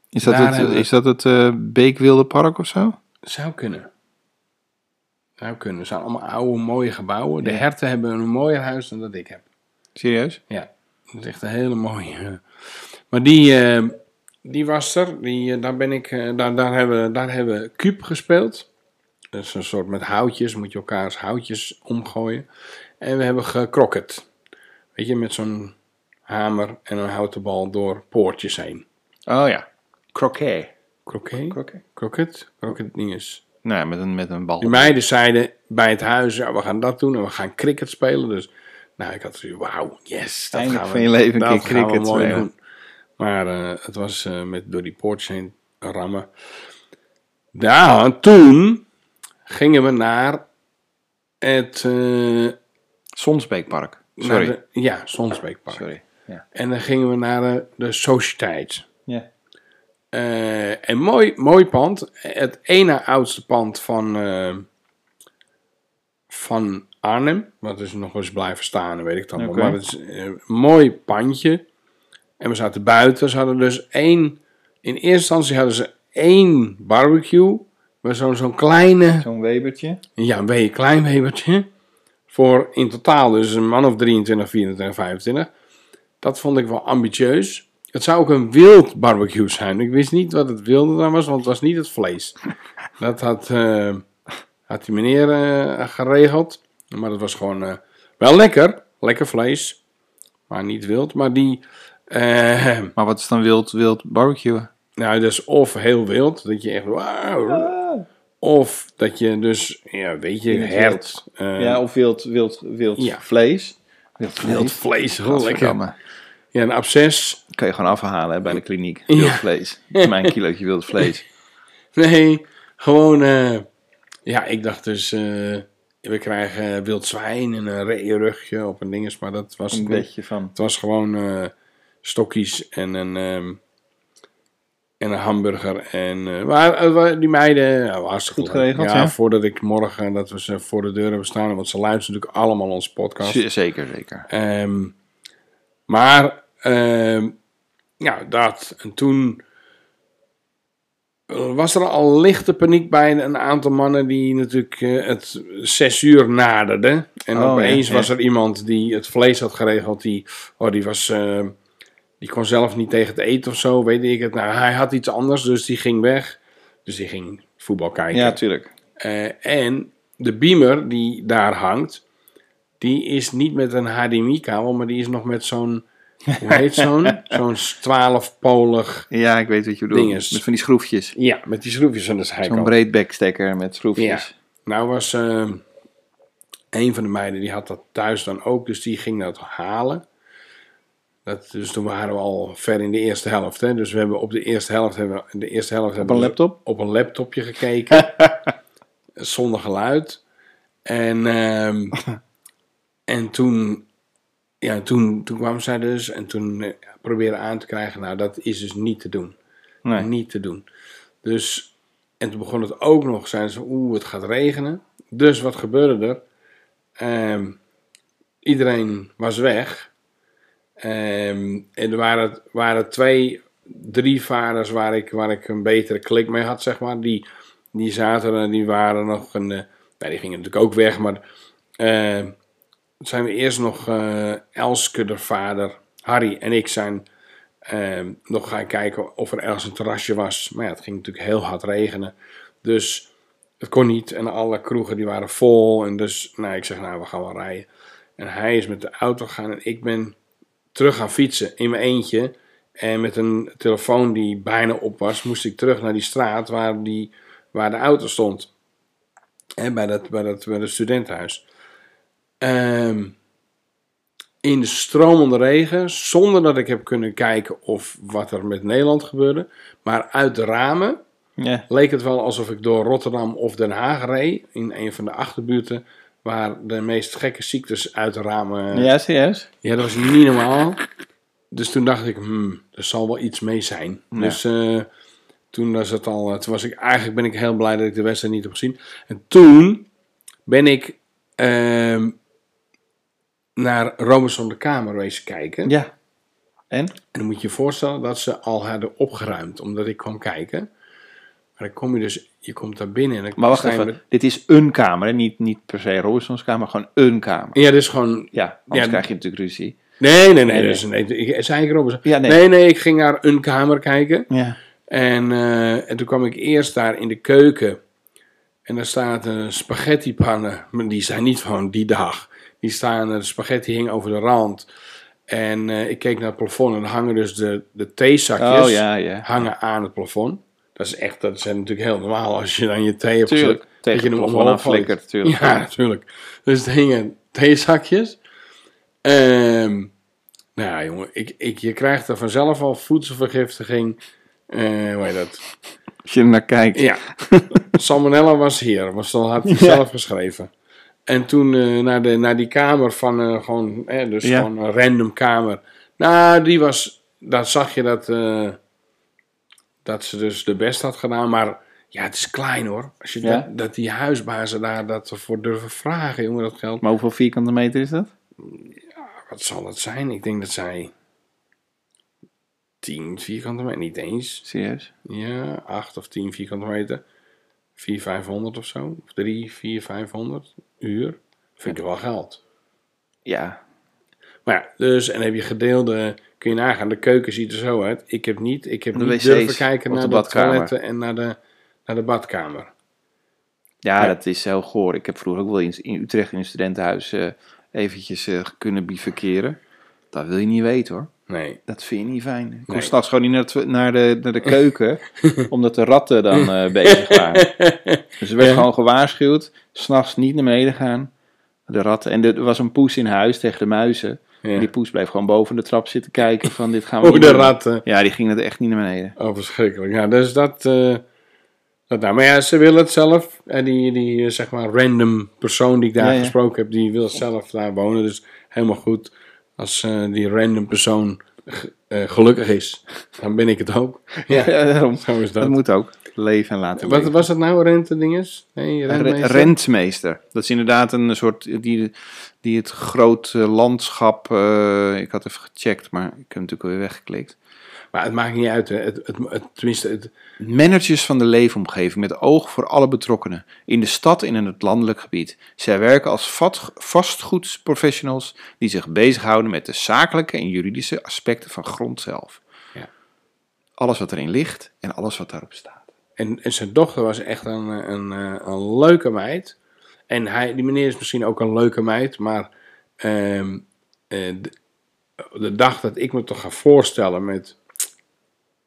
A: Is dat
B: Daar
A: het,
B: hebben we-
A: is dat het eh, Beekwilde Park of zo?
B: Zou kunnen. zou kunnen. Het zijn allemaal oude, mooie gebouwen. De herten hebben een mooier huis dan dat ik heb.
A: Serieus?
B: Ja, dat is echt een hele mooie. Maar die, eh, die was er. Die, eh, daar, ben ik, eh, daar, daar, hebben, we- daar hebben we kuub gespeeld. Dat is een soort met houtjes. Moet je elkaars houtjes omgooien. En we hebben gekroket. Weet je, met zo'n hamer en een houten bal door poortjes heen.
A: Oh ja. Croquet.
B: Kroket?
A: Croquet?
B: Kroket? Kroket dinges.
A: Nee, met een, met een bal.
B: Die meiden zeiden bij het huis, ja, we gaan dat doen en we gaan cricket spelen. Dus nou, ik had zoiets, wauw, yes, dat
A: Eindelijk
B: gaan we,
A: van je leven een
B: dat
A: keer
B: gaan we
A: cricket
B: mooi
A: spelen.
B: doen. Maar eh, het was eh, met door die poortjes heen rammen. Daar, toen gingen we naar het, eh,
A: Sonsbeekpark.
B: naar
A: Sorry.
B: de, ja, Sonsbeekpark.
A: Sorry. Ja.
B: En dan gingen we naar eh, de sociëteit.
A: ja.
B: Eh, en mooi, mooi pand. Het ene oudste pand van, eh, van Arnhem. Wat is nog eens blijven staan, weet ik dan. wel.
A: Oké.
B: Maar het is eh, een mooi pandje. En we zaten buiten. Ze hadden dus één... In eerste instantie hadden ze één barbecue. Met zo'n zo'n kleine...
A: Zo'n webertje.
B: Ja, ben je klein webertje. Voor in totaal dus een man of 23, 24, 25. Dat vond ik wel ambitieus. Het zou ook een wild barbecue zijn. Ik wist niet wat het wilde dan was, want het was niet het vlees. Dat had, eh, had die meneer eh, geregeld. Maar dat was gewoon eh, wel lekker. Lekker vlees. Maar niet wild. Maar die... eh, *laughs*
A: Maar wat is dan wild, wild barbecuen?
B: nou, dat is of heel wild, dat je echt wauw. Of dat je dus, ja, weet je,
A: In het
B: hert. eh,
A: ja, of wild, wild, wild
B: Ja.
A: vlees. Wild
B: wild vlees, heel lekker.
A: Gadverdamme.
B: Ja, een absces.
A: Dat kan je gewoon afhalen hè, bij de kliniek. Wild
B: Ja.
A: vlees. Dat is mijn kilootje wild vlees.
B: Nee, gewoon, eh, ja, ik dacht dus, eh, we krijgen eh, wild zwijn en een reeënrugje op *laughs* een dinges, maar dat was
A: Een
B: het niet.
A: beetje van.
B: Het was gewoon eh, stokjes en een, ehm, en een hamburger. En, eh, maar eh, wa- die meiden, ja, hartstikke
A: Goed
B: leuk.
A: geregeld,
B: Ja,
A: hè?
B: voordat ik morgen, dat we ze voor de deur hebben staan. Want ze luisteren natuurlijk allemaal onze podcast.
A: Z- Zeker, zeker.
B: Ehm, maar, ehm, ja, dat. En toen was er al lichte paniek bij een aantal mannen die natuurlijk eh, het zes uur naderden. En
A: Oh,
B: opeens
A: ja, ja.
B: was er iemand die het vlees had geregeld. Die, oh, die, was, eh, die kon zelf niet tegen het eten of zo, weet ik het. Nou, hij had iets anders, dus die ging weg. Dus die ging voetbal kijken.
A: Ja, tuurlijk.
B: Eh, en de beamer die daar hangt, die is niet met een HDMI-kabel, maar die is nog met zo'n, hoe heet
A: *laughs*
B: zo'n? Zo'n 12-polig,
A: Ja, ik weet wat je bedoelt.
B: Dinges.
A: Met van die schroefjes.
B: ja, met die schroefjes aan de zijkant.
A: Zo'n breedbekstekker met schroefjes.
B: Nou was eh, een van de meiden, die had dat thuis dan ook, dus die ging dat halen. Dat, dus toen waren we al ver in de eerste helft. Hè? Dus we hebben op de eerste helft hebben we, de eerste helft
A: Op
B: hebben
A: een
B: we-
A: laptop.
B: op een laptopje gekeken. zonder geluid. En, ehm, en toen, ja, toen, toen kwam zij dus en toen eh, probeerde aan te krijgen. Nou, dat is dus niet te doen.
A: Nee.
B: Niet te doen. Dus, en toen begon het ook nog. Zeiden ze, oeh, het gaat regenen. Dus wat gebeurde er? Ehm, iedereen was weg. Ehm, en er waren, waren twee, drie vaders waar ik, waar ik een betere klik mee had, zeg maar. Die, die zaten er, die waren nog een... eh, nou, die gingen natuurlijk ook weg, maar... eh, zijn we eerst nog eh, Elske, de vader, Harry en ik zijn eh, nog gaan kijken of er ergens een terrasje was. Maar ja, het ging natuurlijk heel hard regenen. Dus het kon niet. En alle kroegen die waren vol. En dus, nou, ik zeg, nou, we gaan wel rijden. En hij is met de auto gegaan en ik ben terug gaan fietsen in mijn eentje. En met een telefoon die bijna op was, moest ik terug naar die straat waar, die, waar de auto stond. Hè, bij, dat, bij, dat, bij dat studentenhuis. Ehm, in de stromende regen, zonder dat ik heb kunnen kijken of wat er met Nederland gebeurde. Maar uit de ramen
A: Ja.
B: leek het wel alsof ik door Rotterdam of Den Haag reed. In een van de achterbuurten waar de meest gekke ziektes uit de ramen...
A: Ja, serieus?
B: Ja, dat was niet normaal. Dus toen dacht ik, hmm, er zal wel iets mee zijn.
A: Ja.
B: Dus eh, toen was het al. eh, Toen was ik eigenlijk ben ik heel blij dat ik de wedstrijd niet heb gezien. En toen ben ik ehm, naar Robinson de Kamer race kijken.
A: Ja. En?
B: En dan moet je je voorstellen dat ze al hadden opgeruimd, omdat ik kwam kijken. Maar dan kom je dus, je komt daar binnen en dan
A: Maar wacht
B: sta je
A: even,
B: met-
A: dit is een kamer, hè? Niet, niet per se Robinsons kamer, maar gewoon een kamer.
B: Ja, dus gewoon...
A: Ja, anders
B: Ja,
A: krijg je natuurlijk ruzie.
B: Nee, nee, nee.
A: Nee,
B: Dus, nee ik, zei ik erop?
A: Ja, nee.
B: nee, nee, ik ging naar een kamer kijken.
A: Ja.
B: En, eh, en toen kwam ik eerst daar in de keuken. En daar staat een spaghettipannen. Maar die zijn niet van die dag. Die staan, eh, de spaghetti hing over de rand. En eh, ik keek naar het plafond en er hangen dus de, de theezakjes
A: Oh ja, ja.
B: hangen aan het plafond. Dat is echt, dat is natuurlijk heel normaal als je dan je thee hebt gezet.
A: Tuurlijk.
B: Dat je
A: Tegen
B: hem
A: de
B: omhoog
A: plafond flikkert,
B: gooit.
A: natuurlijk.
B: Ja, natuurlijk. Dus het hingen theezakjes. Ehm nou ja, jongen, ik, ik, je krijgt er vanzelf al voedselvergiftiging. Eh, hoe heet dat?
A: Als je er naar kijkt.
B: Ja. *laughs* Salmonella was hier, was dan had hij
A: Ja.
B: zelf geschreven. En toen eh, naar, de, naar die kamer van eh, gewoon, eh, dus
A: Ja.
B: gewoon een random kamer. Nou, die was, daar zag je dat, eh, dat ze dus de best had gedaan. Maar ja, het is klein hoor. Als je
A: Ja.
B: dat, dat die huisbazen daar dat voor durven vragen, jongen, dat geld.
A: Maar hoeveel vierkante meter is dat?
B: Wat zal dat zijn? Ik denk dat zij 10 vierkante meter, niet eens.
A: Serieus?
B: Ja, 8 of 10 vierkante meter. 4, 500 of zo. Of 3, 4, 500 uur. Vind ik wel geld.
A: Ja.
B: Maar ja, dus, en heb je gedeelde, kun je nagaan, de keuken ziet er zo uit. Ik heb niet, ik heb
A: De
B: niet
A: wc's
B: durven kijken
A: op
B: naar
A: de
B: de,
A: badkamer.
B: toiletten en naar de, naar de badkamer.
A: ja,
B: Ja.
A: dat is heel goor. Ik heb vroeger ook wel in, in Utrecht in een studentenhuis eh, eventjes eh, kunnen bivakeren. Dat wil je niet weten hoor.
B: Nee.
A: Dat vind je niet fijn. Ik kon
B: Nee.
A: s'nachts gewoon niet naar, het tw- naar, de, naar de *laughs* keuken, omdat de ratten dan *laughs* eh, bezig waren. Dus er werd
B: Ja.
A: gewoon gewaarschuwd, s'nachts niet naar beneden gaan. De ratten. En er was een poes in huis tegen de muizen. En
B: Ja.
A: die poes bleef gewoon boven de trap zitten kijken van dit *laughs* gaan we
B: Oh,
A: niet
B: de
A: doen.
B: ratten.
A: Ja, die ging het echt niet naar beneden.
B: Oh, verschrikkelijk. Ja, dus dat, eh, dat nou. Maar ja, ze wil het zelf. En die, die eh, zeg maar random persoon die ik daar
A: Ja, ja.
B: gesproken heb, die wil zelf daar wonen. Dus helemaal goed. Als eh, die random persoon g- eh, gelukkig is, dan ben ik het ook. Ja,
A: Ja, *laughs* daarom.
B: zo is
A: Dat
B: dat.
A: moet ook. Leven en laten
B: Wat
A: leven.
B: was dat nou, rente dinges? Nee,
A: Een re-
B: rentmeester?
A: rentmeester. Dat is inderdaad een soort die, die het grote landschap. eh, ik had even gecheckt, maar ik heb natuurlijk alweer weggeklikt.
B: Maar het maakt niet uit. hè. Het, het, het, tenminste, het,
A: Managers van de leefomgeving met oog voor alle betrokkenen in de stad en in het landelijk gebied. Zij werken als vat- vastgoedprofessionals die zich bezighouden met de zakelijke en juridische aspecten van grond zelf.
B: Ja.
A: Alles wat erin ligt en alles wat daarop staat.
B: En, en zijn dochter was echt een, een, eh, een leuke meid. En hij, die meneer is misschien ook een leuke meid, maar ehm, eh, de, de dag dat ik me toch ga voorstellen met.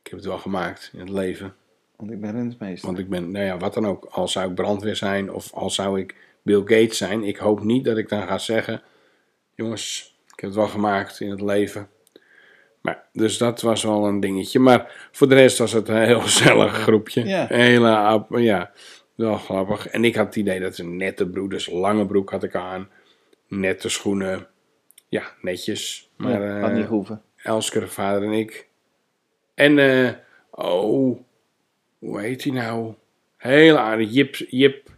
B: Ik heb het wel gemaakt in het leven.
A: Want ik ben rentmeester.
B: Want ik ben, nou ja, wat dan ook. Al zou ik brandweer zijn of al zou ik Bill Gates zijn. Ik hoop niet dat ik dan ga zeggen: Jongens, ik heb het wel gemaakt in het leven. Maar, dus dat was wel een dingetje. Maar voor de rest was het een heel *laughs* gezellig groepje.
A: Ja.
B: Hele, ap- ja, wel grappig. En ik had het idee dat ze nette broek, dus lange broek had ik aan. Nette schoenen. Ja, netjes. Maar, eh,
A: had niet hoeven.
B: Elsker, vader en ik. En, eh, oh, hoe heet hij nou? Heel aardig. Jip, Jip,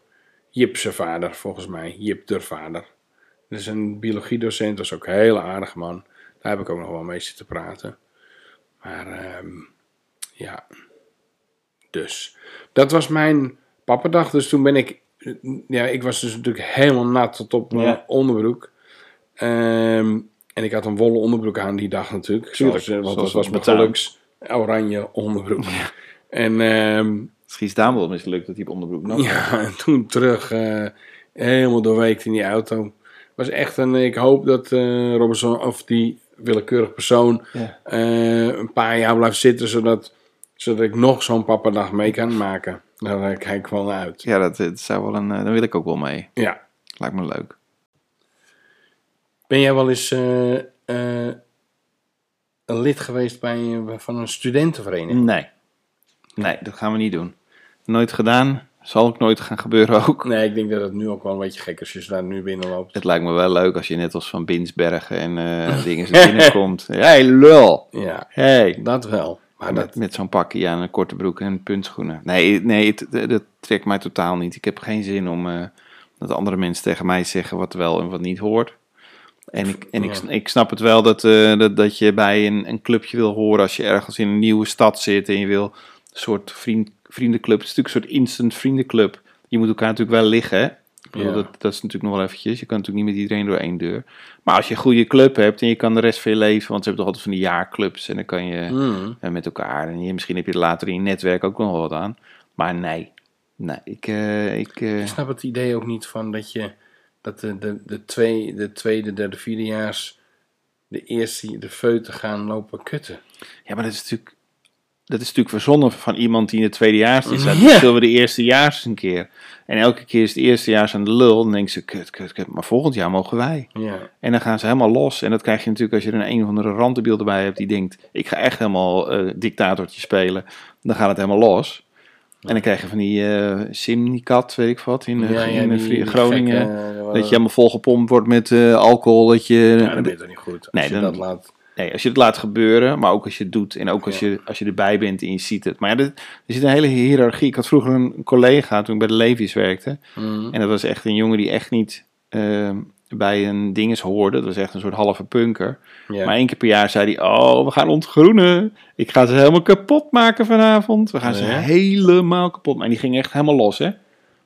B: Jip zijn vader, volgens mij. Jip der vader. Dat is een biologiedocent, dat is ook een heel aardig man. Daar heb ik ook nog wel mee zitten praten. Maar, ehm, ja. Dus, dat was mijn pappendag. Dus toen ben ik, ja, ik was dus natuurlijk helemaal nat tot op mijn
A: Ja.
B: onderbroek. Ehm, en ik had een wollen onderbroek aan die dag natuurlijk.
A: Tuurlijk,
B: Zoals, eh, want
A: zoals
B: dat was
A: het
B: mijn
A: betaamt.
B: geluks oranje onderbroek. En ehm,
A: Schiet daar wel mislukt dat hij op onderbroek nam.
B: ja, *laughs* en toen terug eh, helemaal doorweekt in die auto. Was echt een, ik hoop dat eh Robinson of die willekeurige persoon
A: Ja.
B: eh, een paar jaar blijft zitten. Zodat, zodat ik nog zo'n pappendag mee kan maken. Daar eh, kijk ik wel naar uit.
A: Ja, dat, dat zou wel een. eh, daar wil ik ook wel mee.
B: Ja.
A: Lijkt me leuk.
B: Ben jij wel eens eh, eh, een lid geweest bij, eh, van een studentenvereniging?
A: Nee. Nee, dat gaan we niet doen. Nooit gedaan. Zal ook nooit gaan gebeuren
B: *laughs*
A: ook.
B: Nee, ik denk dat het nu ook wel een beetje gek is als je daar nu binnen loopt.
A: Het lijkt me wel leuk als je net als van Binsbergen en eh dingen zo binnenkomt. Hé, hey, lul.
B: Ja,
A: Hey.
B: dat wel. Maar dat,
A: Met, met zo'n pakje aan, een korte broek en puntschoenen. Nee, nee het- het- dat trekt mij totaal niet. Ik heb geen zin om eh, dat andere mensen tegen mij zeggen wat wel en wat niet hoort. En ik, en ik,
B: Ja.
A: ik snap het wel dat, eh, dat, dat je bij een, een clubje wil horen als je ergens in een nieuwe stad zit en je wil een soort vriend, vriendenclub. Het is natuurlijk een soort instant vriendenclub. Je moet elkaar natuurlijk wel liggen. hè. Ik bedoel,
B: Ja.
A: dat, dat is natuurlijk nog wel eventjes. Je kan natuurlijk niet met iedereen door één deur. Maar als je een goede club hebt en je kan de rest van je leven... Want ze hebben toch altijd van die jaarclubs. En dan kan je
B: Mm.
A: eh, met elkaar. En je, misschien heb je er later in je netwerk ook nog wel wat aan. Maar nee. Nee, ik... eh, ik eh,
B: Ik snap het idee ook niet van dat je dat de, de, de, twee, de tweede, derde, vierdejaars de eerste de feuten gaan lopen kutten.
A: Ja, maar dat is natuurlijk, dat is natuurlijk verzonnen van iemand die in het tweedejaars is. Dan
B: Ja.
A: zullen we de eerstejaars een keer. En elke keer is het eerstejaars aan de lul. Dan denken ze, kut, kut, kut. Maar volgend jaar mogen wij.
B: Ja.
A: En dan gaan ze helemaal los. En dat krijg je natuurlijk als je er een, een of andere randenbeeld erbij hebt. Die denkt, ik ga echt helemaal eh, dictatortje spelen. Dan gaat het helemaal los. En dan krijg je van die eh Simnicat, weet ik wat, in, eh,
B: Ja, ja,
A: in eh,
B: die-
A: Vri-
B: die
A: Groningen.
B: gekke, eh,
A: dat je helemaal volgepompt wordt met eh, alcohol. Dat je,
B: Ja, dat ben je toch niet goed. Als
A: Nee,
B: je
A: dan-
B: dat laat.
A: Nee, als je het laat gebeuren, maar ook als je het doet en ook als,
B: Ja.
A: je, als je erbij bent en je ziet het. Maar ja, dit- er zit een hele hiërarchie. Ik had vroeger een collega toen ik bij de Levi's werkte.
B: Mm.
A: En dat was echt een jongen die echt niet ehm, bij een dinges hoorde. Dat was echt een soort halve punker.
B: Ja.
A: Maar één keer per jaar zei hij, oh, we gaan ontgroenen. Ik ga ze helemaal kapot maken vanavond. We gaan ze
B: Ja. Oh,
A: helemaal kapot maken. En die ging echt helemaal los, hè.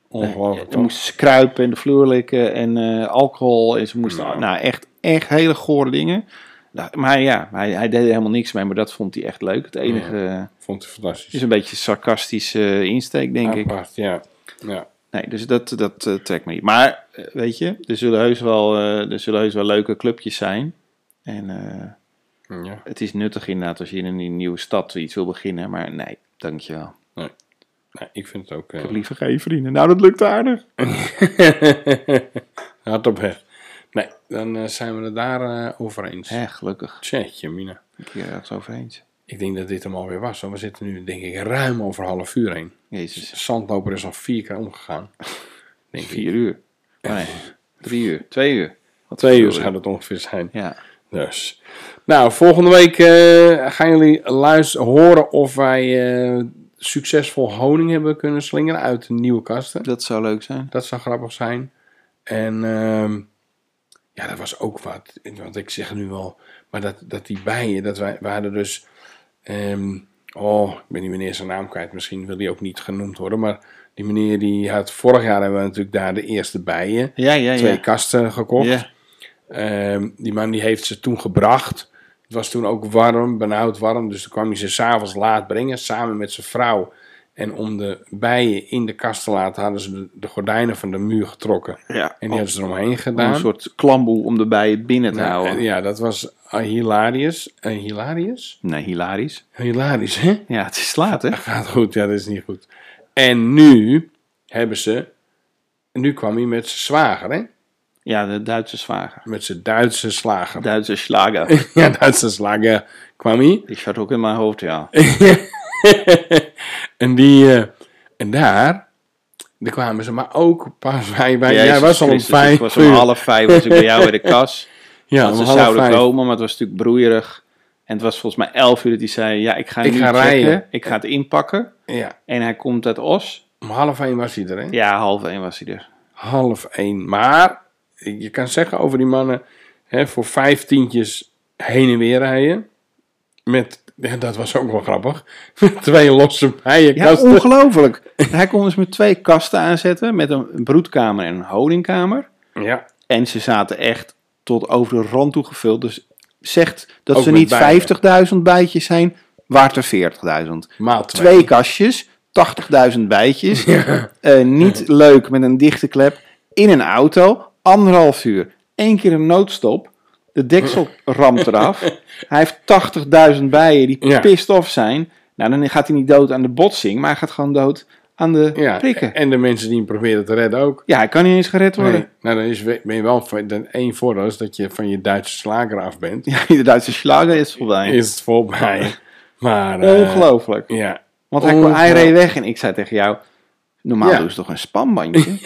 B: Ongelooflijk.
A: Toen moesten ze kruipen en de vloer likken en eh, alcohol. En ze moesten,
B: Nou.
A: nou, echt, echt hele gore dingen. Nou, maar ja, hij, hij deed er helemaal niks mee, maar dat vond hij echt leuk. Het enige eh,
B: Vond het
A: is
B: fantastisch.
A: een beetje sarcastische eh, insteek, denk ik.
B: Apart, ja. ja.
A: Nee, dus dat, dat eh, trekt me niet. Maar, eh, weet je, er zullen heus wel, eh, er zullen heus wel leuke clubjes zijn. En eh,
B: ja.
A: het is nuttig inderdaad als je in een nieuwe stad iets wil beginnen. Maar nee, dankjewel.
B: Nee, ik vind het ook...
A: Ik
B: eh
A: heb liever geen vrienden. Nou, dat lukt aardig.
B: *laughs* hard op weg. Nee, dan eh, zijn we het daar eh, over eens.
A: Hè, gelukkig.
B: Tjeetje, Mina.
A: Ik ben het over eens.
B: Ik denk dat dit hem alweer was. want We zitten nu denk ik ruim over half uur heen.
A: Jezus.
B: Zandloper is al vier keer omgegaan. *laughs* Denk ik.
A: Vier uur. Oh, nee, drie uur. Twee uur. Wat
B: Twee
A: voor
B: uur gaat het ongeveer zijn.
A: Ja.
B: Dus. Nou, volgende week eh, gaan jullie luisteren, horen of wij eh, succesvol honing hebben kunnen slingeren uit de nieuwe kasten.
A: Dat zou leuk zijn.
B: Dat zou grappig zijn. En ehm, ja, dat was ook wat. Want ik zeg nu al, maar dat, dat die bijen, dat wij, we hadden dus. ehm, oh, ik ben die meneer zijn naam kwijt. Misschien wil die ook niet genoemd worden. Maar die meneer die had vorig jaar hebben we natuurlijk daar de eerste bijen.
A: Ja, ja, ja.
B: Twee kasten gekocht.
A: Ja.
B: Ehm, die man die heeft ze toen gebracht. Het was toen ook warm, benauwd warm. Dus toen kwam hij ze s'avonds laat brengen, samen met zijn vrouw. En om de bijen in de kast te laten, hadden ze de, de gordijnen van de muur getrokken.
A: ja.
B: En die hadden ze eromheen
A: Oh. Om
B: gedaan.
A: een soort klamboe om de bijen binnen te
B: Nou,
A: houden.
B: en ja, dat was eh, hilarisch. Eh, hilarisch?
A: Nee, hilarisch.
B: Hilarisch, hè?
A: Ja, het is laat, hè?
B: Dat gaat goed, ja, dat is niet goed. En nu hebben ze... Nu kwam hij met zijn zwager, hè?
A: Ja, de Duitse zwager.
B: Met zijn Duitse
A: *laughs*
B: slager.
A: Duitse slager.
B: ja, Duitse slager kwam hij.
A: Ik zat ook in mijn hoofd, ja.
B: en die, eh, en daar, daar kwamen ze maar ook pas bij. bij jij
A: Jezus
B: was al om
A: Christus,
B: vijf
A: Ik was om
B: uur.
A: half vijf was ik bij jou in de kas.
B: ja,
A: Want
B: om
A: ze
B: half
A: zouden
B: vijf.
A: komen, maar het was natuurlijk broeierig. En het was volgens mij elf uur dat hij zei... Ja, ik ga
B: Ik
A: nu
B: ga
A: checken.
B: rijden.
A: Ik ga het inpakken.
B: Ja,
A: En hij komt uit Os.
B: om half één was hij er, hè?
A: Ja, half één was hij er.
B: Half één. Maar, je kan zeggen over die mannen, hè, voor vijf tientjes heen en weer rijden. Met, ja, dat was ook wel grappig, *laughs* twee losse
A: Ja,
B: bijenkasten.
A: ongelooflijk. *laughs* Hij kon dus met twee kasten aanzetten, met een broedkamer en een honingkamer.
B: ja,
A: En ze zaten echt tot over de rand toe gevuld. Dus zegt dat
B: Ook
A: ze
B: met
A: niet
B: bijen.
A: 50.000 bijtjes zijn, waard er 40.000.
B: maal twee.
A: Twee kastjes, 80.000 bijtjes.
B: *laughs*
A: Eh, niet leuk met een dichte klep. In een auto, anderhalf uur. Eén keer een noodstop. De
B: *laughs*
A: deksel ramt eraf. Hij heeft 80.000 bijen die
B: Ja.
A: pissed off zijn. Nou, dan gaat hij niet dood aan de botsing, maar hij gaat gewoon dood aan de
B: Ja,
A: prikken.
B: en de mensen die hem proberen te redden ook.
A: Ja, hij kan niet eens gered worden. *laughs*
B: Nee, nou, dan is, ben je wel van- dan één voordeel is dat je van je Duitse slager af bent.
A: Ja, de Duitse slager is voorbij.
B: *laughs* is het voorbij. *laughs* Maar, eh,
A: Ongelooflijk.
B: Ja.
A: Want hij, kon, hij
B: ongelooflijk.
A: reed weg en ik zei tegen jou... Normaal
B: Ja.
A: doen ze toch een
B: *laughs*
A: spanbandje?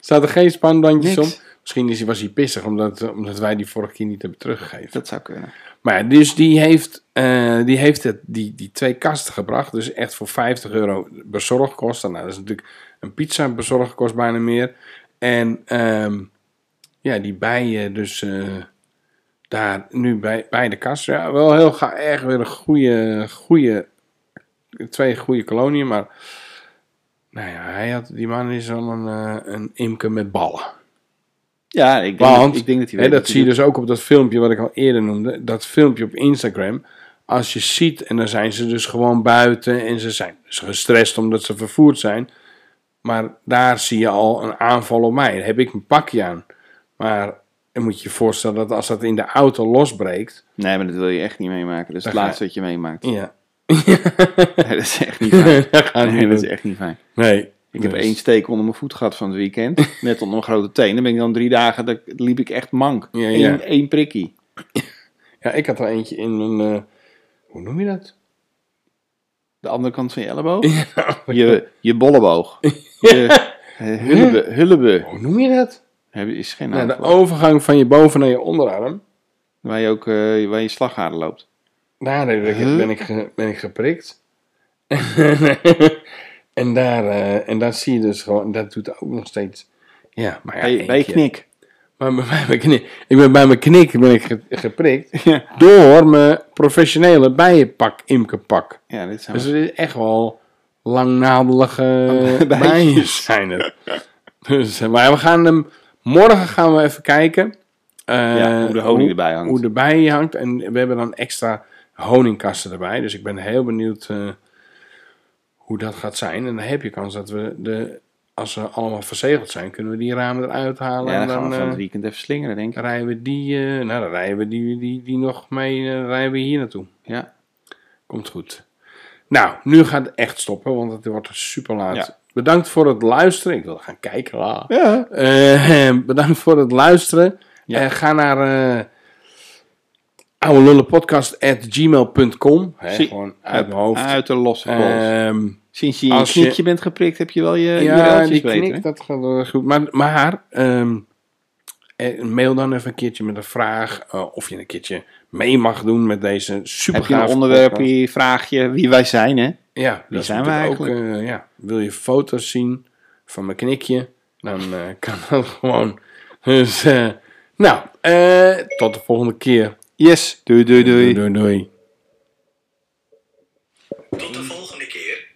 B: Staat er geen spanbandjes
A: Niks.
B: om? Misschien is hij, was hij pissig omdat, omdat wij die vorige keer niet hebben teruggegeven.
A: Dat zou kunnen.
B: Maar ja, dus die heeft, eh, die, heeft het, die, die twee kasten gebracht. Dus echt voor 50 euro bezorgkosten. Nou, dat is natuurlijk een pizza bezorgd kost bijna meer. En ehm, ja, die bijen dus eh, daar nu bij, bij de kast. Ja, wel heel ga erg weer een goede, goede, twee goede koloniën. Maar Nou ja, hij had, die man is wel een, eh, een imker met ballen.
A: Ja, ik denk,
B: Want,
A: dat, ik denk dat hij
B: hè,
A: weet
B: dat
A: wat
B: zie je
A: hij
B: dus ook op dat filmpje wat ik al eerder noemde. Dat filmpje op Instagram. Als je ziet, en dan zijn ze dus gewoon buiten en ze zijn dus gestrest omdat ze vervoerd zijn. Maar daar zie je al een aanval op mij. Dan heb ik mijn pakje aan. Maar dan moet je je voorstellen dat als dat in de auto losbreekt.
A: doet. Nee, maar dat wil je echt niet meemaken. Dat is het
B: Dan ga-
A: laatste wat je
B: *laughs*
A: meemaakt.
B: Ja.
A: Nee, dat is *laughs* echt niet fijn.
B: dat gaat
A: Nee,
B: niet
A: dat
B: doen.
A: is echt niet fijn.
B: Nee. Dus-
A: Ik heb één steek onder mijn voet gehad van het
B: *laughs*
A: weekend. Net onder mijn grote teen. Dan ben ik dan drie dagen, dan liep ik echt mank.
B: Ja, ja.
A: Eén, één prikkie.
B: Ja, ik had er eentje in mijn. eh, hoe noem je
A: *laughs*
B: dat?
A: De andere kant van je elleboog. Je, je
B: *laughs*
A: bolleboog. Je eh, hullebe. hullebe.
B: Hoe noem je dat?
A: Heb- Is geen
B: Nou, oh.
A: naam.
B: de
A: voor.
B: overgang van je boven naar je onderarm.
A: Waar je ook eh, waar je slagader loopt.
B: Daar ben ik,
A: Huh?
B: ben ik, ge- ben ik
A: *laughs*
B: geprikt. en, daar, eh, en dat zie je dus gewoon, dat doet ook nog steeds. Ja, maar ja,
A: bij,
B: één
A: bij je
B: keer.
A: knik.
B: Maar bij, bij mijn knik. Ik ben bij mijn knik ben ik ge- geprikt
A: *laughs* Ja.
B: door mijn professionele bijenpak, imkerpak.
A: Ja, dit zijn
B: Dus het is echt wel
A: *laughs*
B: langnadelige
A: Bijtjes.
B: bijen zijn
A: *laughs*
B: het. Dus, eh, maar we gaan hem, morgen gaan we even kijken. eh,
A: Ja, hoe de honing erbij hangt.
B: Hoe de bij hangt. En we hebben dan extra honingkasten erbij. Dus ik ben heel benieuwd eh, hoe dat gaat zijn. En dan heb je kans dat we de, als ze allemaal verzegeld zijn, kunnen we die ramen eruit halen.
A: ja,
B: en
A: dan gaan we van
B: eh,
A: het weekend even slingeren, denk ik.
B: rijden we die, eh, nou dan rijden we die, die, die nog mee, eh, rijden we hier naartoe.
A: Ja.
B: Komt goed. Nou, nu gaat het echt stoppen, want het wordt super laat.
A: Ja.
B: Bedankt voor het luisteren. Ik wil gaan kijken. Ah. la.
A: ja.
B: Eh, *laughs* bedankt voor het luisteren.
A: Ja.
B: Eh, ga naar eh oudelullenpodcast.gmail.com. Hè,
A: Zie-
B: Gewoon uit mijn hoofd.
A: Uit de losse pols.
B: Ehm,
A: Sinds je je
B: als je-
A: knikje bent geprikt, heb je wel je
B: ja,
A: URL'tjes
B: die
A: beter.
B: knik,
A: hè?
B: dat gaat wel goed. Maar, maar ehm, eh, mail dan even een keertje met een vraag. eh, of je een keertje mee mag doen met deze super
A: Heb je een onderwerp, je vraag je wie wij zijn, hè?
B: Ja, dat
A: Wie
B: is
A: zijn we
B: natuurlijk ook, eh, ja. Wil je foto's zien van mijn knikje? Dan eh, *laughs* kan dat gewoon. Dus, eh, nou, eh, tot de volgende keer.
A: Yes, doei doei doei.
B: doei. doei.
C: Tot de volgende keer.